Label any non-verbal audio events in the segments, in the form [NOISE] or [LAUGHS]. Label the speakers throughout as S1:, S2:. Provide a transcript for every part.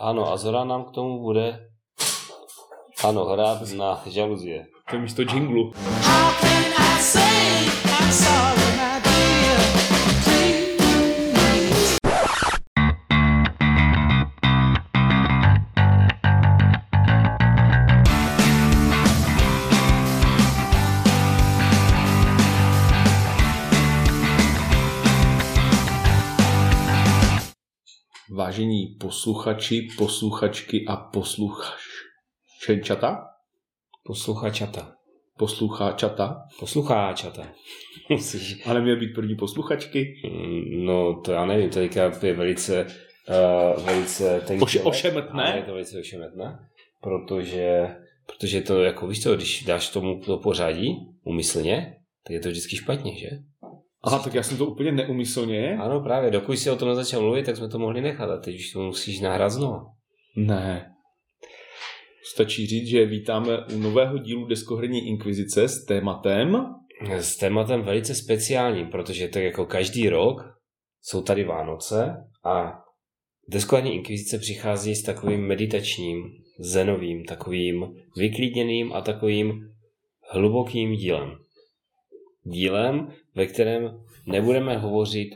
S1: Ano, a Zora nám k tomu bude ano, hrát na žaluzie.
S2: To je místo jinglu.
S3: How can I say I'm sorry, my dear? Please.
S2: Vážení posluchači, posluchačky a posluchačata?
S1: Posluchačata.
S2: Posluchačata?
S1: Poslucháčata. [LAUGHS] Musíš.
S2: Ale měl být první posluchačky.
S1: Mm, No, to já nevím, to teďka je velice, uh, velice tenké.
S2: Oš, ošemetné.
S1: Ale je to velice ošemetné, protože, protože to, jako víš to, když dáš tomu to pořadí umyslně, tak je to vždycky špatně, že?
S2: Aha, tak já jsem to úplně neumyslně.
S1: Ano, právě, dokud jsi o tom nezačal mluvit, tak jsme to mohli nechat a teď už to musíš nahrát znova.
S2: Ne. Stačí říct, že vítáme u nového dílu Deskoherní inkvizice s tématem...
S1: S tématem velice speciálním, protože tak jako každý rok jsou tady Vánoce a Deskladní inkvizice přichází s takovým meditačním, zenovým, takovým vyklidněným a takovým hlubokým dílem. Dílem, ve kterém nebudeme hovořit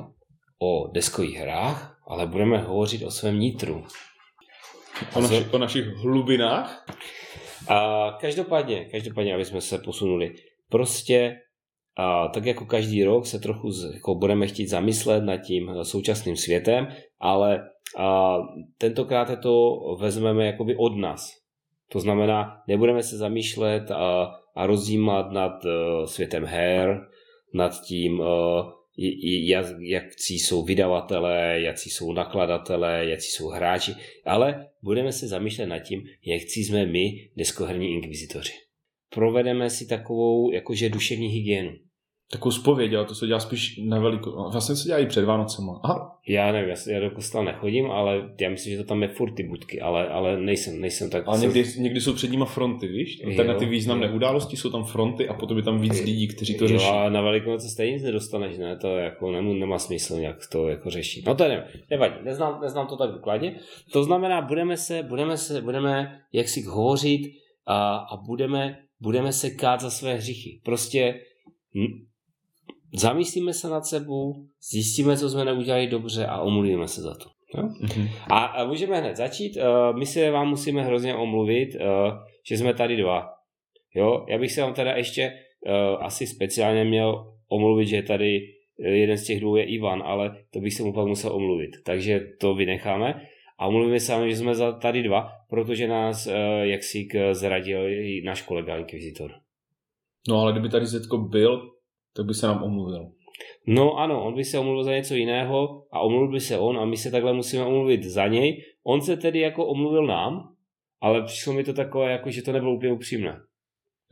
S1: o deskových hrách, ale budeme hovořit o svém nitru,
S2: O, naši, o našich hlubinách.
S1: A každopádně, každopádně, aby jsme se posunuli, prostě a tak jako každý rok se trochu z, jako budeme chtít zamyslet nad tím eh, současným světem, ale a tentokrát to vezmeme jakoby od nás. To znamená, nebudeme se zamýšlet a, a rozjímat nad eh, světem her, nad tím, eh, i- i jak, jakcí jsou vydavatelé, jakcí jsou nakladatelé, jakcí jsou hráči, ale budeme se zamýšlet nad tím, jakcí jsme my, deskoherní inkvizitoři. Provedeme si takovou jakože duševní hygienu.
S2: Takovou zpověď, ale to se dělá spíš na velikou... Vlastně se dělá i před Vánocema. Aha,
S1: Já nevím, já, s- já do kostela nechodím, ale já myslím, že to tam je furt ty budky, ale, ale nejsem, nejsem tak...
S2: ale
S1: jsem-
S2: někdy, někdy jsou před nima fronty, víš?
S1: Jo,
S2: Tak na ty významné
S1: jo.
S2: události jsou tam fronty a potom je tam víc
S1: Jo,
S2: lidí, kteří to řeší.
S1: Jo, a na Velikonoce stejně nic nedostaneš, ne? To jako nemů, nemá smysl nějak to jako řešit. No to nevím, nevadí, neznám, neznám to tak důkladně. To znamená, budeme se, budeme se, budeme jaksi hovořit a, a budeme, budeme se kát za své hříchy. Prostě hm, zamyslíme se nad sebou, zjistíme, co jsme neudělali dobře a omluvíme se za to.
S2: Mhm.
S1: A, a můžeme hned začít. Eh, My se vám musíme hrozně omluvit, eh, že jsme tady dva. Jo, já bych se vám teda ještě eh, asi speciálně měl omluvit, že tady eh, jeden z těch dvou je Ivan, ale to bych se mu pak musel omluvit. Takže to vynecháme. A omluvíme se vám, že jsme za- tady dva, protože nás eh, jaksi k- zradil i náš kolega Inkvizitor.
S2: No ale kdyby tady Zetko byl, tak by se nám omluvil.
S1: No ano, on by se omluvil za něco jiného a omluvil by se on a my se takhle musíme omluvit za něj. On se tedy jako omluvil nám, ale přišlo mi to takové, jako že to nebylo úplně upřímné.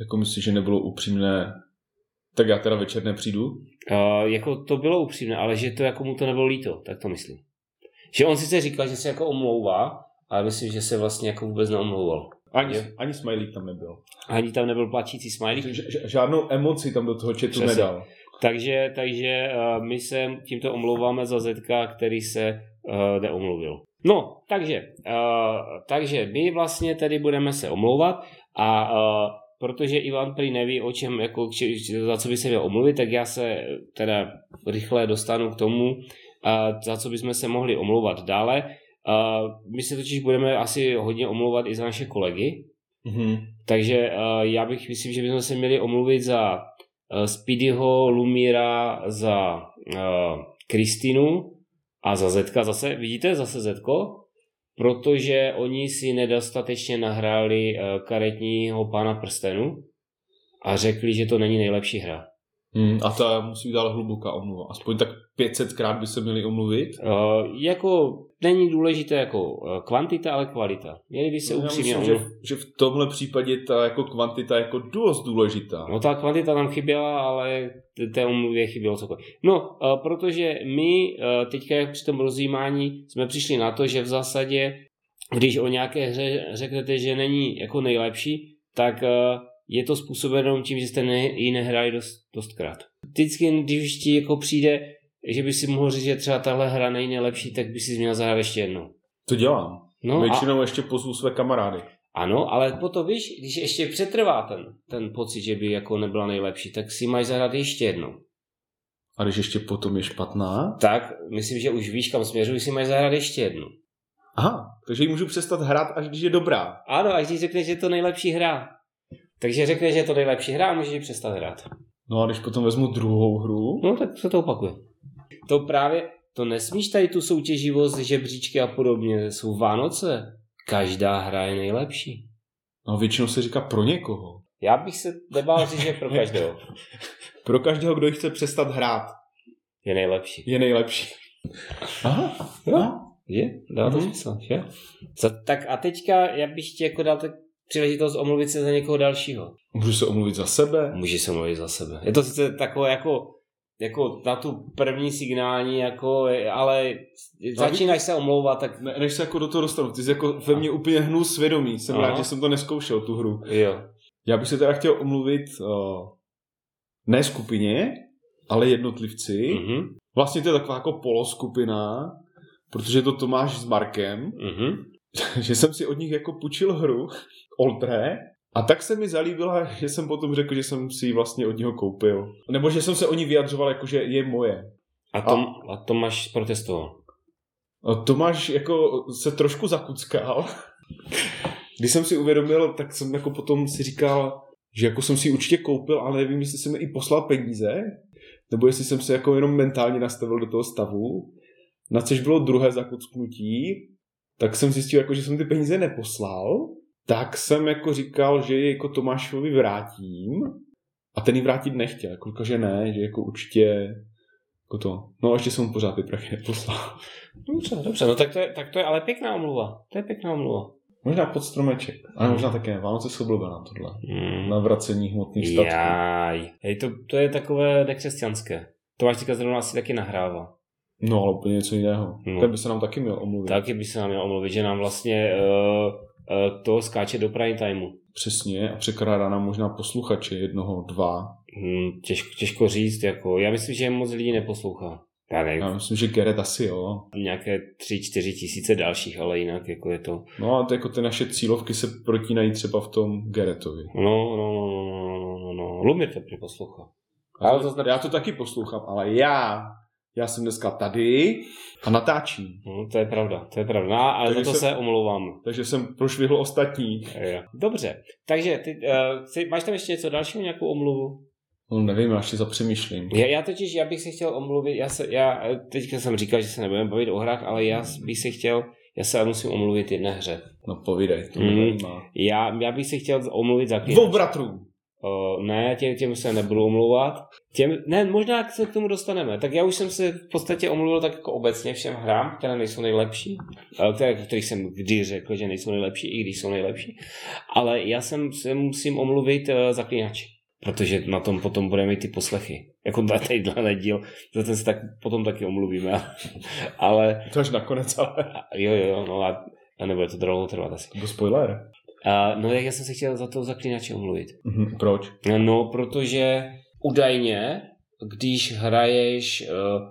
S2: Jako myslíš, že nebylo upřímné, tak já teda večer nepřijdu?
S1: Uh, jako to bylo upřímné, ale že to jako mu to nebylo líto, tak to myslím. Že on sice říkal, že se jako omlouvá, ale myslím, že se vlastně jako vůbec neomlouval.
S2: Ani,
S1: Je.
S2: ani smajlík tam nebyl.
S1: Ani tam nebyl plačící smajlík.
S2: Ž, ž, žádnou emoci tam do toho chatu
S1: Přesně.
S2: nedal.
S1: Takže, takže eh, my se tímto omlouváme za Zetka, který se eh, neomluvil. No, takže, eh, takže my vlastně tedy budeme se omlouvat a eh, protože Ivan prý neví, o čem, jako, či, či, za co by se měl omluvit, tak já se eh, teda rychle dostanu k tomu, eh, za co bychom se mohli omlouvat dále. Eh, My se totiž budeme asi hodně omlouvat i za naše kolegy,
S2: Mhm.
S1: takže eh, já bych myslím, že bychom se měli omluvit za eh, Speedyho, Lumíra, za eh, Kristinu a za Zetka zase. Vidíte, zase Zetko? Protože oni si nedostatečně nahráli eh, karetního pána prstenu a řekli, že to není nejlepší hra.
S2: Mm, a ta musí být dál hluboká omluva. Aspoň tak 500krát by se měli omluvit.
S1: Eh, Jako není důležité jako eh, kvantita, ale kvalita. Měli by se
S2: No, já
S1: upřímně
S2: myslím,
S1: omluvit.
S2: že, že v tomhle případě ta jako kvantita je jako dost důležitá.
S1: No ta kvantita tam chyběla, ale t- té omluvě chybělo cokoliv. No, eh, protože my eh, teďka jak při tom rozjímání jsme přišli na to, že v zásadě, když o nějaké hře řeknete, že není jako nejlepší, tak eh, je to způsobeno tím, že jste ne, ji nehráli dost, dostkrát. Vždycky, když už ti jako přijde, že by si mohl říct, že třeba tahle hra není nejlepší, tak by si měl zahrát ještě jednou.
S2: To dělám.
S1: No a,
S2: Většinou ještě pozvu své kamarády.
S1: ano, ale potom víš, když ještě přetrvá ten, ten pocit, že by jako nebyla nejlepší, tak si máš zahrát ještě jednou.
S2: A když ještě potom je špatná?
S1: Tak, myslím, že už víš, kam směřuji, si máš zahrát ještě jednu.
S2: Aha, takže ji můžu přestat hrát, až když je dobrá.
S1: Ano, až když řekneš, že je to nejlepší hra. Takže řekneš, že je to nejlepší hra a můžeš ji přestat hrát.
S2: No a když potom vezmu druhou hru,
S1: No tak se to opakuje. To právě, to nesmíš tady tu soutěživost, žebříčky a podobně, jsou Vánoce. Každá hra je nejlepší.
S2: no většinou se říká pro někoho.
S1: Já bych se nebál říct, že pro každého
S2: Pro každého, kdo ji chce přestat hrát,
S1: je nejlepší.
S2: je nejlepší. Aha, no.
S1: Je? Dá to
S2: Mhm.
S1: smysl, že? Za, tak a teďka já bych ti jako dal tak příležitost omluvit se za někoho dalšího.
S2: Můžu se omluvit za sebe?
S1: Můžeš se mluvit za sebe. Je to sice takové jako, jako na tu první signální, jako, ale No, začínáš se omlouvat, tak
S2: Ne, než se jako do toho dostanu, ty jsi jako ve mně úplně hnul svědomí, jsem
S1: Aha.
S2: rád, že jsem to neskoušel, tu hru.
S1: jo.
S2: Já bych se teda chtěl omluvit uh, ne skupině, ale jednotlivci.
S1: Mhm,
S2: Vlastně to je taková jako poloskupina, protože je to Tomáš s Markem,
S1: mhm.
S2: [LAUGHS] že jsem si od nich jako půjčil hru Oltré a tak se mi zalíbila, že jsem potom řekl, že jsem si ji vlastně od něho koupil. Nebo že jsem se o ní vyjadřoval jako, že je moje.
S1: A, tom, a Tomáš protestoval.
S2: A Tomáš jako se trošku zakuckal. Když jsem si uvědomil, tak jsem jako potom si říkal, že jako jsem si ji určitě koupil, ale nevím, jestli jsem i poslal peníze, nebo jestli jsem se jako jenom mentálně nastavil do toho stavu. Na což bylo druhé zakucknutí, tak jsem zjistil, jako, že jsem ty peníze neposlal, tak jsem jako říkal, že je jako Tomášovi vrátím a ten ji vrátit nechtěl. Jako, říkal, že ne, že jako určitě jako to. No a ještě jsem mu pořád ty prachy neposlal.
S1: Dobře, dobře, no tak to, je, tak to je ale pěkná omluva. To je pěkná omluva.
S2: Možná pod stromeček. Ale možná také ne. Vánoce jsou blbé na tohle.
S1: Mm.
S2: Na vracení hmotných statků.
S1: Jaj. Hej, to, to je takové nekřesťanské. To máš teďka zrovna asi taky nahrává.
S2: No ale úplně něco jiného.
S1: No.
S2: Ten by se nám taky měl omluvit.
S1: Taky by se nám měl omluvit, že nám vlastně uh, uh, to skáče do prime timeu.
S2: Přesně. A překrádá nám možná posluchače jednoho, dva.
S1: Hmm, těžko, těžko říct, jako. Já myslím, že moc lidí neposlouchá. Já nevím,
S2: Já myslím, že Geret asi jo.
S1: nějaké tři, čtyři tisíce dalších, ale jinak jako je to.
S2: No a to jako ty naše cílovky se protínají třeba v tom Geretovi.
S1: No, no, no, no, no, no, no, no. Lumír to poslouchá.
S2: Ale to, já to taky poslouchám, ale já, já jsem dneska tady a natáčím.
S1: No, to je pravda, to je pravda. No, ale
S2: Takže
S1: za to
S2: se-
S1: se omlouváme.
S2: Takže jsem prošvihl ostatní.
S1: Jo. Dobře, takže ty, uh, chci, máš tam ještě něco dalšího, nějakou omluvu?
S2: No nevím, já ještě zapřemýšlím.
S1: Já, já totiž, já bych se chtěl omluvit, já se, já, eh, teďka jsem říkal, že se nebudeme bavit o hrách, ale já s- bych se chtěl, já se musím omluvit jedné hře.
S2: No povídej, to
S1: Mm.
S2: mě zajímá.
S1: Já, já bych se chtěl omluvit za
S2: Dvou bratrů.
S1: Uh, ne, těm, těm se nebudu omlouvat. Těm, ne, možná se k tomu dostaneme. Tak já už jsem se v podstatě omluvil tak jako obecně všem hrám, které nejsou nejlepší, eh, které, kterých jsem kdy řekl, že nejsou nejlepší, i když jsou nejlepší. Ale já jsem se musím omluvit uh, zaklínači, protože na tom potom budeme mít ty poslechy. Jako na tadyhle nedíl, za ten se tak potom taky omluvíme. [LAUGHS] ale
S2: To až nakonec, ale.
S1: a- jo, jo, jo, no a, a nebude to dlouho trvat asi.
S2: To spoiler.
S1: Uh, no tak já jsem se chtěl za toho zaklínače omluvit.
S2: Mhm. Proč?
S1: No, protože údajně, když hraješ uh,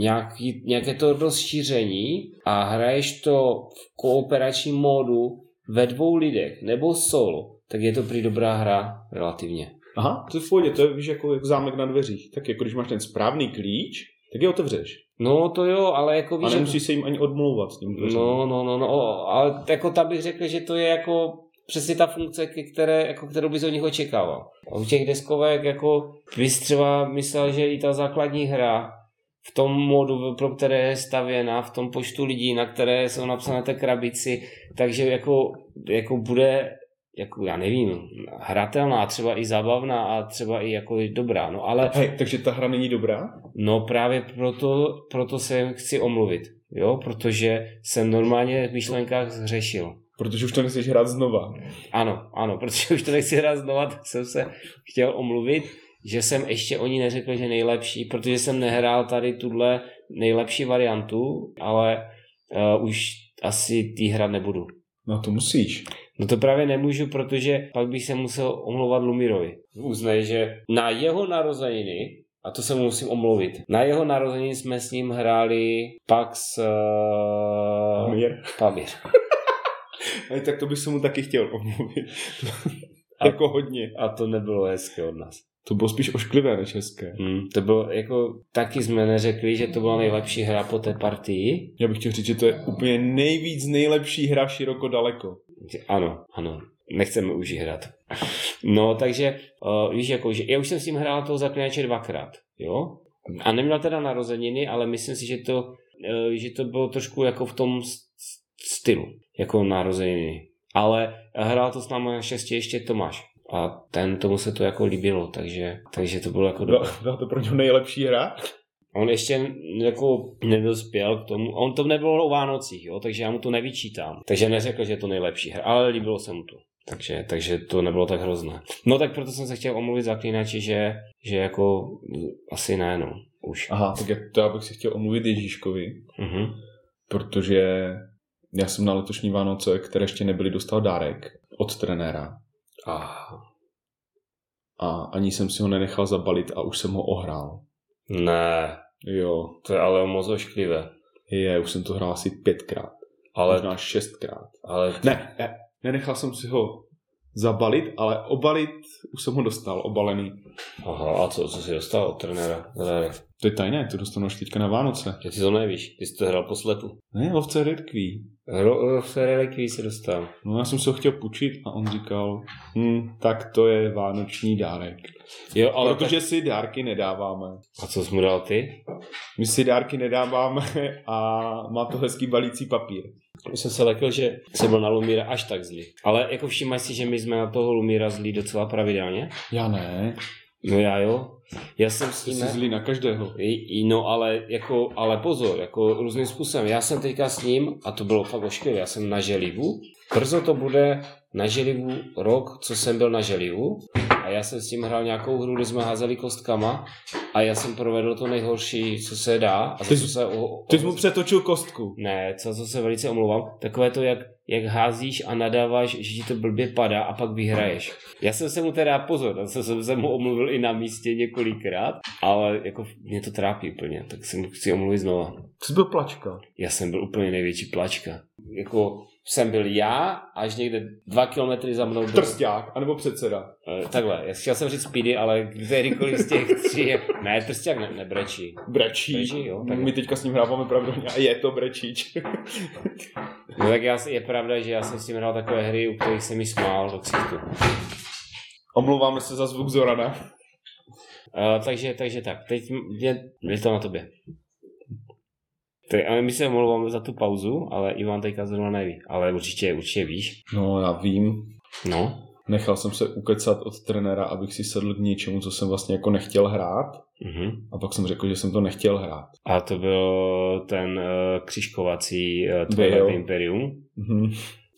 S1: nějaký, nějaké to rozšíření a hraješ to v kooperačním módu ve dvou lidech nebo solo, tak je to prý dobrá hra relativně.
S2: Aha, to je v pohodě, to je víš, jako, jako zámek na dveřích. Tak jako když máš ten správný klíč, tak je otevřeš.
S1: No to jo, ale jako
S2: A
S1: víš...
S2: nemusíš se jim ani odmlouvat s tím dveřem.
S1: No, no, no, no, ale jako tam bych řekl, že to je jako přesně ta funkce, ke které, jako kterou bys od nich očekával. A u těch deskovek jako bys třeba myslel, že i ta základní hra v tom modu, pro které je stavěna, v tom počtu lidí, na které jsou napsané té krabici, takže jako, jako bude jako já nevím, hratelná, třeba i zábavná a třeba i jako i dobrá, no ale
S2: Hej, takže ta hra není dobrá?
S1: No právě proto, proto se chci omluvit, jo, protože jsem normálně v myšlenkách zřešil.
S2: Protože už to nechceš hrát znova.
S1: Ano, ano, protože už to nechci hrát znova, tak jsem se chtěl omluvit, že jsem ještě o ní neřekl, že nejlepší, protože jsem nehrál tady tuhle nejlepší variantu, ale uh, už asi tý hra nebudu.
S2: No to musíš.
S1: No to právě nemůžu, protože pak bych se musel omlouvat Lumirovi. Uznej, že na jeho narozeniny, a to se mu musím omluvit, na jeho narozeniny jsme s ním hráli Pax uh,
S2: Mír.
S1: Pamir.
S2: Ale tak to bych se mu taky chtěl omluvit.
S1: A-
S2: jako hodně.
S1: A to nebylo hezké od nás.
S2: To bylo spíš ošklivé než hezké.
S1: Hmm, to bylo jako, taky jsme neřekli, že to byla nejlepší hra po té partii.
S2: Já bych chtěl říct, že to je úplně nejvíc nejlepší hra široko daleko.
S1: Že Ano, ano. Nechceme už ji hrát. No, takže uh, víš, jako, že já už jsem s ním hrál toho zaklinače dvakrát, jo? A neměl teda narozeniny, ale myslím si, že to, uh, že to bylo trošku jako v tom s- s- stylu, jako narozeniny. Ale hrál to s námi naštěstí ještě Tomáš. A ten tomu se to jako líbilo, takže, takže to bylo jako dobré.
S2: Byla, byla to pro něho nejlepší hra?
S1: On ještě jako nedospěl k tomu, on to nebylo o Vánocích, jo, takže já mu to nevyčítám. Takže neřekl, že je to nejlepší hra, ale líbilo se mu to. Takže, takže to nebylo tak hrozné. No tak proto jsem se chtěl omluvit zaklínači, že, že jako mm, asi ne, no, už.
S2: Aha, tak já, to já bych se chtěl omluvit Ježíškovi,
S1: Mhm.
S2: protože já jsem na letošní Vánoce, které ještě nebyly, dostal dárek od trenéra.
S1: A,
S2: A ani jsem si ho nenechal zabalit a už jsem ho ohrál.
S1: ne,
S2: Jo,
S1: to je ale moc ošklivé.
S2: je, už jsem to hrál asi pětkrát, ale...
S1: Ale,
S2: možná šestkrát.
S1: ale
S2: Ne, ne, nenechal jsem si ho zabalit, ale obalit, už jsem ho dostal obalený.
S1: aha, a co, co jsi dostal od trenéra? Ne,
S2: To je tajné, to dostanu až teďka na Vánoce.
S1: ty to nevíš, ty jsi to hrál po slepu.
S2: Ne, lovce redkví.
S1: Hro, v té relikvii se dostal.
S2: No já jsem se ho chtěl půjčit a on říkal, hm, tak to je vánoční dárek.
S1: Jo, ale
S2: Ale protože si dárky nedáváme.
S1: A co jsi mu dal ty?
S2: My si dárky nedáváme [LAUGHS] a má to hezký balící papír.
S1: Už jsem se lekl, že jsem byl na Lumíra až tak zlý. Ale jako všimáš si, že my jsme na toho Lumíra zlí docela pravidelně?
S2: Já ne,
S1: No já jo. Já jsem s
S2: ty
S1: ním...
S2: jsi zlý na každého.
S1: I- i- No ale, jako, ale pozor, jako různým způsobem. Já jsem teďka s ním, a to bylo fakt ošklivé, já jsem na Želivu. Brzo to bude na Želivu rok, co jsem byl na Želivu. A já jsem s ním hrál nějakou hru, kde jsme házeli kostkama a já jsem provedl to nejhorší, co se dá. A
S2: Ty
S1: co
S2: jsi-
S1: se o, o,
S2: Ty jsi mu přetočil kostku.
S1: ne, co, co se velice omlouvám, takové to, jak, jak házíš a nadáváš, že ti to blbě padá a pak vyhraješ. Já jsem se mu teda pozor, já jsem, jsem se mu omluvil i na místě několikrát, ale jako mě to trápí úplně, tak se mu chci omluvit znova.
S2: Ty jsi byl plačka.
S1: Já jsem byl úplně největší plačka. Jako jsem byl já, až někde dva kilometry za mnou byl
S2: Trsták, anebo předseda.
S1: Eh, Takhle, já chtěl jsem říct speedy, ale kterýkoliv z těch tří je... Ne, trstěk ne, nebrečí.
S2: Brečíč.
S1: Brečí, jo, tak-
S2: My teďka s ním hráváme pravidelně a je to brečíč. [LAUGHS]
S1: No tak já, je pravda, že já jsem s ním hrál takové hry, u kterých jsem mi smál do ksichtu.
S2: Omlouváme se za zvuk Zorana.
S1: Uh, takže, takže tak, teď je, je to na tobě. Te, ale my se omlouváme za tu pauzu, ale Ivan teďka zrovna neví. Ale určitě, určitě víš.
S2: No, já vím.
S1: No.
S2: Nechal jsem se ukecat od trenéra, abych si sedl k něčemu, co jsem vlastně jako nechtěl hrát.
S1: Uh-huh.
S2: A pak jsem řekl, že jsem to nechtěl hrát.
S1: A to byl ten uh, křiškovací uh,
S2: Byl.
S1: Twilight Imperium.
S2: Mhm.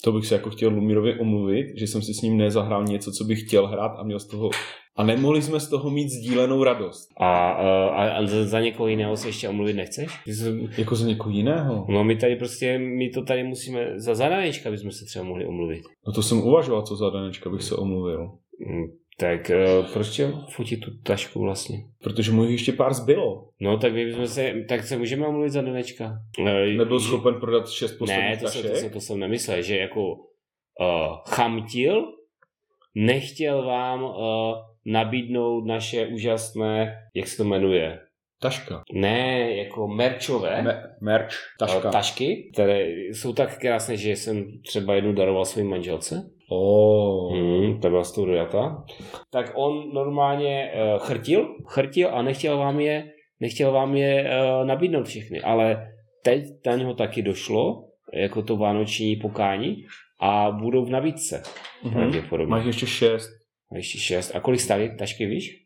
S2: To bych se jako chtěl Lumírovi omluvit, že jsem si s ním nezahrál něco, co bych chtěl hrát a měl z toho... A nemohli jsme z toho mít sdílenou radost.
S1: A, uh, a, a za, za někoho jiného se ještě omluvit nechceš? Ty jsi-
S2: Jako za někoho jiného.
S1: No my tady prostě, my to tady musíme, za zadanečka bychom se třeba mohli omluvit.
S2: No to jsem uvažoval, co za Danečka bych se omluvil.
S1: Mm, tak uh, proč tě futit tu tašku vlastně?
S2: Protože mu jich ještě pár zbylo.
S1: No tak my bychom se, tak se můžeme omluvit za Danečka. Eh,
S2: Nebyl
S1: že-
S2: schopen prodat šest
S1: Ne,
S2: posledních
S1: to jsem, to,
S2: tašek.
S1: jsem, to jsem nemyslel, že jako uh, chamtil, nechtěl vám uh, nabídnout naše úžasné, jak se to jmenuje,
S2: Taška.
S1: ne jako merčové
S2: Me- merch. Taška.
S1: eh, tašky, které jsou tak krásné, že jsem třeba jednu daroval své manželce.
S2: Oh.
S1: Hmm, ta byla z toho dojata. Tak on normálně uh, chrtil, chrtil a nechtěl vám je, nechtěl vám je uh, nabídnout všechny, ale teď na něho taky došlo, jako to vánoční pokání a budou v nabídce
S2: Mhm.
S1: pravděpodobně.
S2: Máš ještě šest.
S1: A ještě šest. A kolik stály tašky, víš?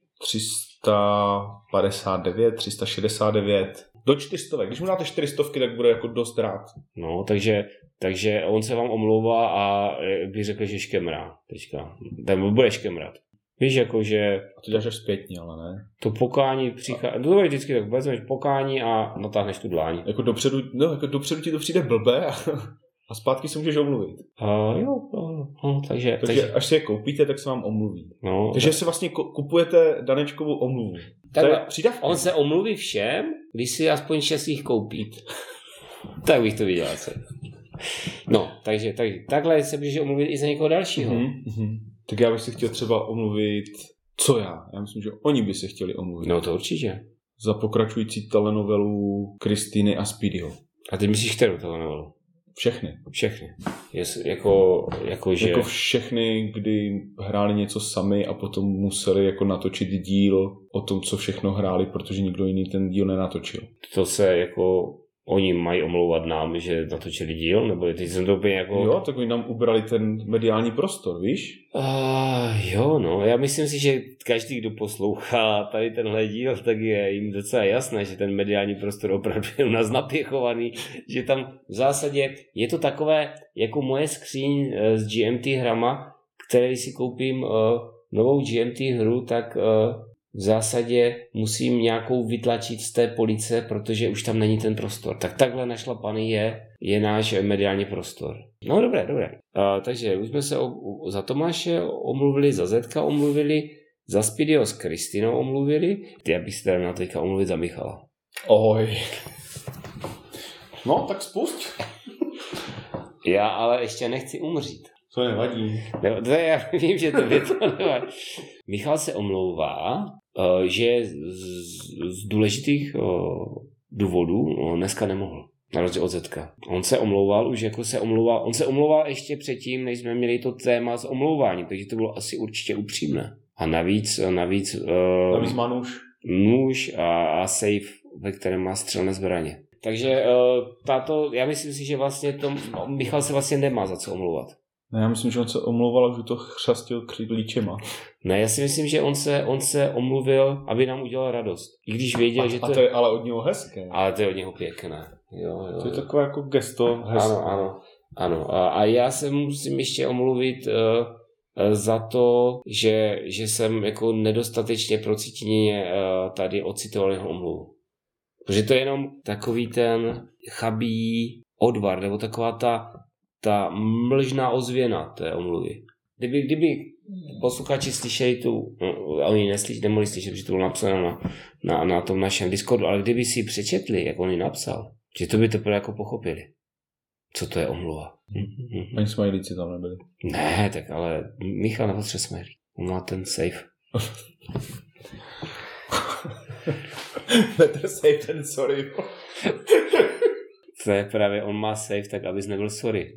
S2: 359, 369. Do 400. Když mu dáte 400, tak bude jako dost rád.
S1: No, takže, takže on se vám omlouvá a eh, bych řekl, že škemrá teďka. Ten bude škemrat. Víš, jako, že
S2: A to děláš až zpětně, ale ne.
S1: to pokání přichází, no to je vždycky tak, vezmeš pokání a natáhneš tu dláň.
S2: Jako dopředu, no, jako dopředu ti to přijde blbé a, [LAUGHS] a zpátky se můžeš omluvit.
S1: A jo, no, no, takže,
S2: Takže,
S1: takže,
S2: až si je koupíte, tak se vám omluví.
S1: no, takže
S2: Takže si vlastně ko- kupujete Danečkovou omluvu. To je
S1: takhle,
S2: přídavka.
S1: on se [LAUGHS] omluví všem, když si aspoň šest jich koupí. tak bych to viděl asi. No, takže, tak, takhle se můžeš omluvit i za někoho dalšího. Mm-hmm.
S2: Mm-hmm. Tak já bych se chtěl třeba omluvit, co já? Já myslím, že oni by se chtěli omluvit.
S1: No to určitě.
S2: Za pokračující telenovelu Kristýny a Speedyho.
S1: A ty myslíš kterou telenovelu?
S2: Všechny.
S1: Všechny. Jest, jako, jako, že...
S2: Že... Jako všechny, kdy hráli něco sami a potom museli jako natočit díl o tom, co všechno hráli, protože nikdo jiný ten díl nenatočil.
S1: to se jako oni mají omlouvat nám, že natočili díl, nebo teď jsem to úplně jako...
S2: Jo, tak oni nám ubrali ten mediální prostor, víš?
S1: Uh, jo, no, já myslím si, že každý, kdo poslouchá tady tenhle díl, tak je jim docela jasné, že ten mediální prostor opravdu je u nás napěchovaný, že tam v zásadě je to takové jako moje skříň eh, s GMT hrama, které když si koupím eh, novou GMT hru, tak eh, v zásadě musím nějakou vytlačit z té police, protože už tam není ten prostor. Tak takhle našlapaný je, je náš mediální prostor. No dobré, dobré. A, takže už jsme se o, o, za Tomáše omluvili, za Zetka omluvili, za Spidio s Kristinou omluvili. Já bych se teda měl teďka omluvit za Michala.
S2: Oj. No, tak spust.
S1: Já ale ještě nechci umřít.
S2: To nevadí.
S1: Ne, to je, já vím, že to je to nevadí. Michal se omlouvá, eh, že z, z důležitých eh, důvodů eh, dneska nemohl. Na rozdíl od Zetka. On se omlouval už jako se omlouval. On se omlouval ještě předtím, než jsme měli to téma s omlouváním, takže to bylo asi určitě upřímné. A navíc, navíc, eh,
S2: Navíc má nůž.
S1: nůž a, a safe, ve kterém má střelné zbraně. Takže uh, tato, já myslím si, že vlastně to, Michal se vlastně nemá za co omlouvat.
S2: Ne, já myslím, že on se omlouval, že to chřastil křídlíčema.
S1: Ne, já si myslím, že on se, on se omluvil, aby nám udělal radost. I když věděl, že
S2: A, a
S1: to,
S2: to je ale od něho hezké.
S1: Ale to je od něho pěkné. Jo, jo,
S2: To je
S1: jo.
S2: takové jako gesto hezké.
S1: Ano, ano. ano. A, a já se musím ještě omluvit uh, za to, že, že jsem jako nedostatečně procitně uh, tady ocitoval jeho omluvu. Protože to je jenom takový ten chabý odvar, nebo taková ta, ta mlžná ozvěna té omluvy. Kdyby, kdyby posluchači slyšeli tu, no, oni neslyš, nemohli slyšet, protože to bylo napsáno na, na, na tom našem Discordu, ale kdyby si ji přečetli, jak on ji napsal, že to by to jako pochopili co to je omluva.
S2: Ani smajlíci tam [LAUGHS] nebyli.
S1: Ne, tak ale Michal nepotře směrý. On má ten safe.
S2: Better safe than sorry.
S1: To je právě, on má safe, tak abys nebyl [LAUGHS] sorry.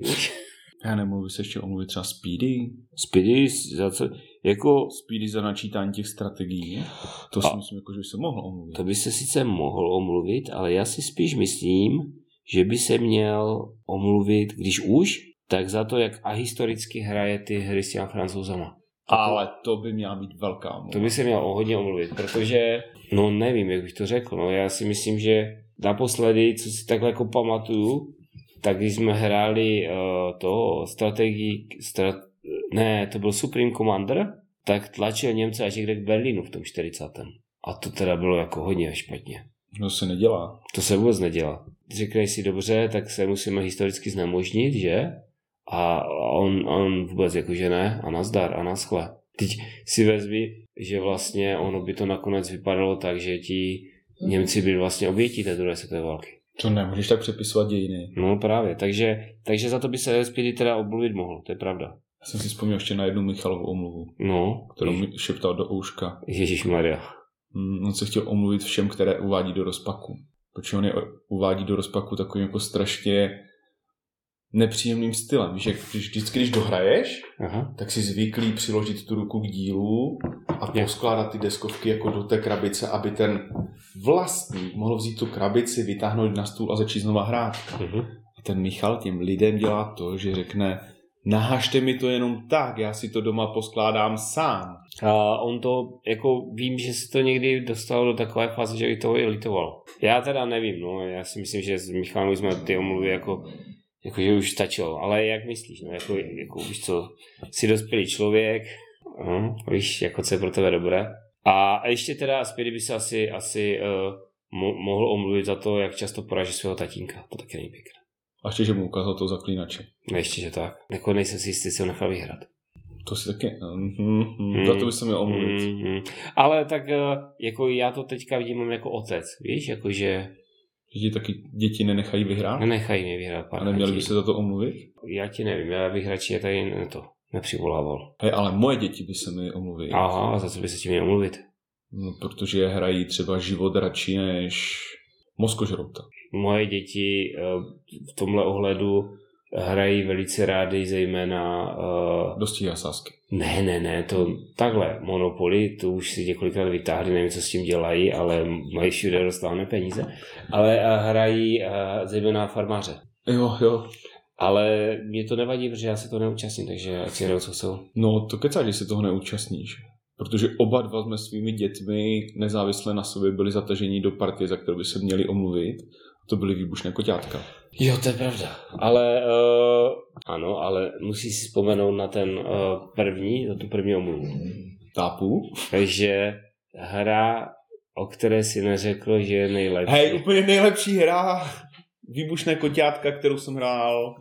S2: Já nemůžu se ještě omluvit třeba Speedy.
S1: Speedy, za co, jako,
S2: Speedy za načítání těch strategií. To si
S1: A-
S2: myslím, jako, že by se mohl omluvit.
S1: to by se sice mohl omluvit, ale já si spíš myslím, že by se měl omluvit, když už, tak za to, jak ahistoricky hraje ty hry s těma francouzama.
S2: Ale to by měla být velká omluva.
S1: To by se měl hodně omluvit, protože, no nevím, jak bych to řekl, no já si myslím, že naposledy, co si takhle jako pamatuju, tak když jsme hráli uh, to strategii, strat, ne, to byl Supreme Commander, tak tlačil Němce až někde k Berlínu v tom 40. A to teda bylo jako hodně špatně.
S2: No se nedělá.
S1: To se vůbec nedělá. Řekneš si dobře, tak se musíme historicky znemožnit, že? A on, on vůbec jako, že ne, a nazdar, a naschle. Teď si vezmi, že vlastně ono by to nakonec vypadalo tak, že ti Němci byli vlastně obětí té druhé světové války.
S2: To nemůžeš tak přepisovat dějiny.
S1: No právě, takže, takže za to by se SPD teda obmluvit mohl, to je pravda.
S2: Já jsem si vzpomněl ještě na jednu Michalovu omluvu,
S1: No,
S2: kterou mi šeptal do ouška.
S1: Ježíš Maria.
S2: Mm, On se chtěl omluvit všem, které uvádí do rozpaku. Protože on je o- uvádí do rozpaku takovým jako strašně nepříjemným stylem. Víš, jak když, vždycky, když dohraješ,
S1: Aha.
S2: tak si zvyklý přiložit tu ruku k dílu a
S1: Jo.
S2: poskládat ty deskovky jako do té krabice, aby ten vlastník mohl vzít tu krabici, vytáhnout na stůl a začít znova hrát.
S1: Mhm.
S2: A ten Michal těm lidem dělá to, že řekne, nahažte mi to jenom tak, já si to doma poskládám sám.
S1: A on to, jako vím, že se to někdy dostalo do takové fáze, že i toho i litoval. Já teda nevím, no, já si myslím, že s Michalem jsme ty omluvy jako, jako že už stačilo, ale jak myslíš, no, jako, jako už co, jsi dospělý člověk, no, víš, jako co je pro tebe dobré. A ještě teda zpět by se asi, asi uh, mo- mohl omluvit za to, jak často poraží svého tatínka, to taky není pěkné.
S2: A ještě, že mu ukázal to zaklínače.
S1: No ještě, že tak. Jako nejsem si jistý, jestli ho nechal vyhrát.
S2: To si taky... Mm-hmm. Za to by se měl omluvit.
S1: Hmm.
S2: Mm.
S1: Mm-hmm. jako Mm, mm. Ale tak eh, jako já to teďka vnímám jako otec, víš, jakože
S2: Že ti taky děti nenechají vyhrát?
S1: Nenechají mě vyhrát
S2: A
S1: pár
S2: neměli by
S1: partí.
S2: se za to omluvit?
S1: Já ti nevím, já bych radši je tady ne- to nepřivolával.
S2: Hej, ale moje děti by se mi omluvily.
S1: Aha, a za co by se ti měl mluvit?
S2: No, protože hrají třeba život radši než mozkožrouta.
S1: Moje děti eh, v tomhle ohledu hrají velice rádi, zejména... eh,
S2: Dostíhá sásky.
S1: Ne, ne, ne, to takhle. Monopoly, to už si několikrát vytáhli, nevím, co s tím dělají, ale mají všude dostávané peníze. Ale eh, hrají eh, zejména farmáře.
S2: Jo, jo.
S1: Ale mě to nevadí, protože já se to neúčastním, takže ať si hrajou, co chcou.
S2: No, to kecá, že se toho neúčastníš. Protože oba dva jsme svými dětmi nezávisle na sobě byli zataženi do partie, za kterou by se měli omluvit. To byly výbušné koťátka.
S1: Jo, to je pravda. Ale uh, ano, ale musí si vzpomenout na ten uh, první, na tu první omluvu.
S2: Tápu.
S1: Takže hra, o které si neřekl, že je nejlepší.
S2: Hej, úplně nejlepší hra. Výbušné koťátka, kterou jsem hrál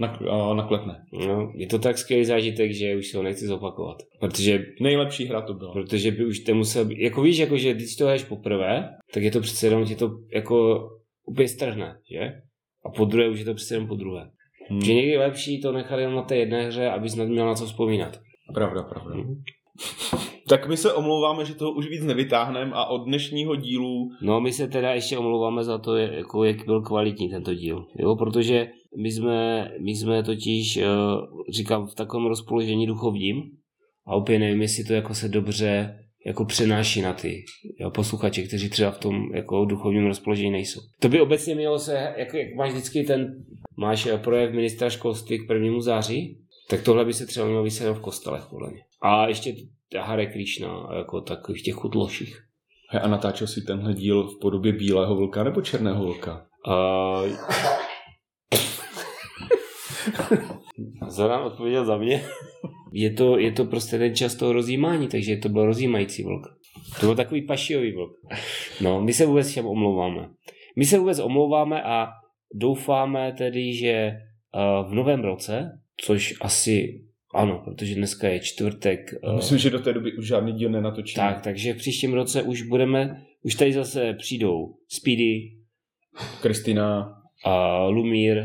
S2: na, eh, na kletné.
S1: No, je to tak skvělý zážitek, že už si ho nechci zopakovat. Protože
S2: Nejlepší hra to byla.
S1: Protože by už to musel být, jako víš, jako že když to hraješ poprvé, tak je to přece jenom, že to jako úplně strhne, že? A po druhé už je to přece jenom po druhé.
S2: Hmm.
S1: Že někdy je lepší to nechat jenom na té jedné hře, aby snad měl na co vzpomínat.
S2: Pravda, pravda.
S1: Mhm.
S2: Tak my se omlouváme, že toho už víc nevytáhneme a od dnešního dílu
S1: No my se teda ještě omlouváme za to, jako jak byl kvalitní tento díl, jo? Protože my jsme, my jsme totiž, eh, říkám, v takovém rozpoložení duchovním a úplně nevím, jestli to jako se dobře jako přenáší na ty jo, posluchače, kteří třeba v tom jako duchovním rozpoložení nejsou. To by obecně mělo se, jako, jak máš vždycky ten, máš eh, projev ministra školství k prvnímu září, tak tohle by se třeba mělo vysadit v kostelech, podle mě. A ještě Hare Krishna, jako takových těch chutloších.
S2: Hej, a natáčel si tenhle díl v podobě bílého vlka nebo černého vlka?
S1: Uh... [LAUGHS] Zoran odpověděl za mě. [LAUGHS] Je to, je to prostě ten čas toho rozjímání, takže to byl rozjímající vlk. To byl takový pašijový vlk. No, my se vůbec všem omlouváme. My se vůbec omlouváme a doufáme tedy, že eh, v novém roce, což asi ano, protože dneska je čtvrtek. eh,
S2: No, Myslím, že do té doby už žádný díl nenatočíme.
S1: tak, takže v příštím roce už budeme, už tady zase přijdou Speedy,
S2: Kristina,
S1: uh, Lumír,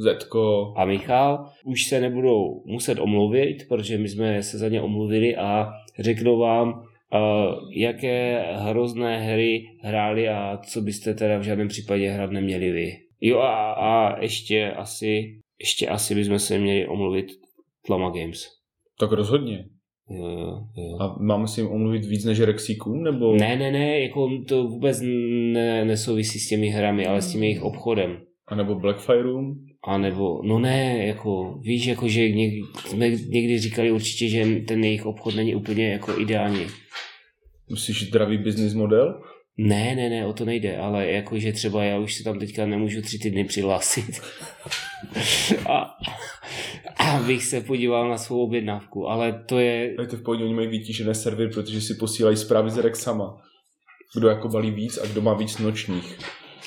S2: Zetko,
S1: a Michal už se nebudou muset omluvit, protože my jsme se za ně omluvili a řeknou vám, uh, jaké hrozné hry hráli a co byste teda v žádném případě hrát neměli vy. Jo a, a ještě asi, ještě asi bychom se měli omluvit Tlama Games.
S2: tak rozhodně.
S1: Jo, jo, jo.
S2: A máme si jim omluvit víc než Rexíkům, nebo?
S1: Ne, ne, ne, jako to vůbec ne, nesouvisí s těmi hrami, ale s tím jejich obchodem.
S2: A nebo Blackfireům?
S1: A nebo, no ne, jako, víš, jako, že někdy, jsme někdy říkali určitě, že ten jejich obchod není úplně jako ideální.
S2: Myslíš zdravý business model?
S1: Ne, ne, ne, o to nejde, ale jako, že třeba já už se tam teďka nemůžu tři týdny přihlásit. [LAUGHS] a, a bych se podíval na svou objednávku, ale to je,
S2: Dejte v pohodě, oni mají vytížené servery, protože si posílají zprávy z Rexama. Kdo jako balí víc a kdo má víc nočních.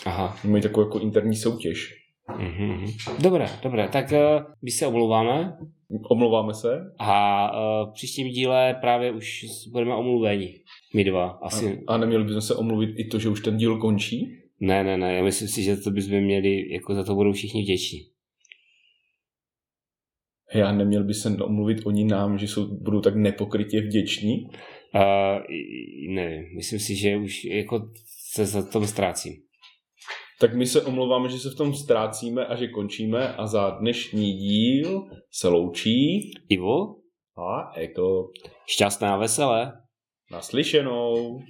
S1: aha,
S2: Oni mají takovou jako interní soutěž.
S1: mhm, mhm. dobré, dobré, tak eh, my se omlouváme
S2: Omlouváme se
S1: a eh, v příštím díle právě už budeme omluveni, my dva, asi.
S2: a, a neměli bychom se omluvit i to, že už ten díl končí.
S1: Ne, ne, ne, já myslím si, že to bychom měli, jako za to budou všichni vděční.
S2: Hej, a neměl by se omluvit oni nám, že jsou, budou tak nepokrytě vděční.
S1: Uh, nevím, myslím si, že už jako se za tom ztrácím.
S2: Tak my se omlouváme, že se v tom ztrácíme a že končíme a za dnešní díl se loučí
S1: Ivo,
S2: a Eko
S1: šťastná a veselé.
S2: naslyšenou.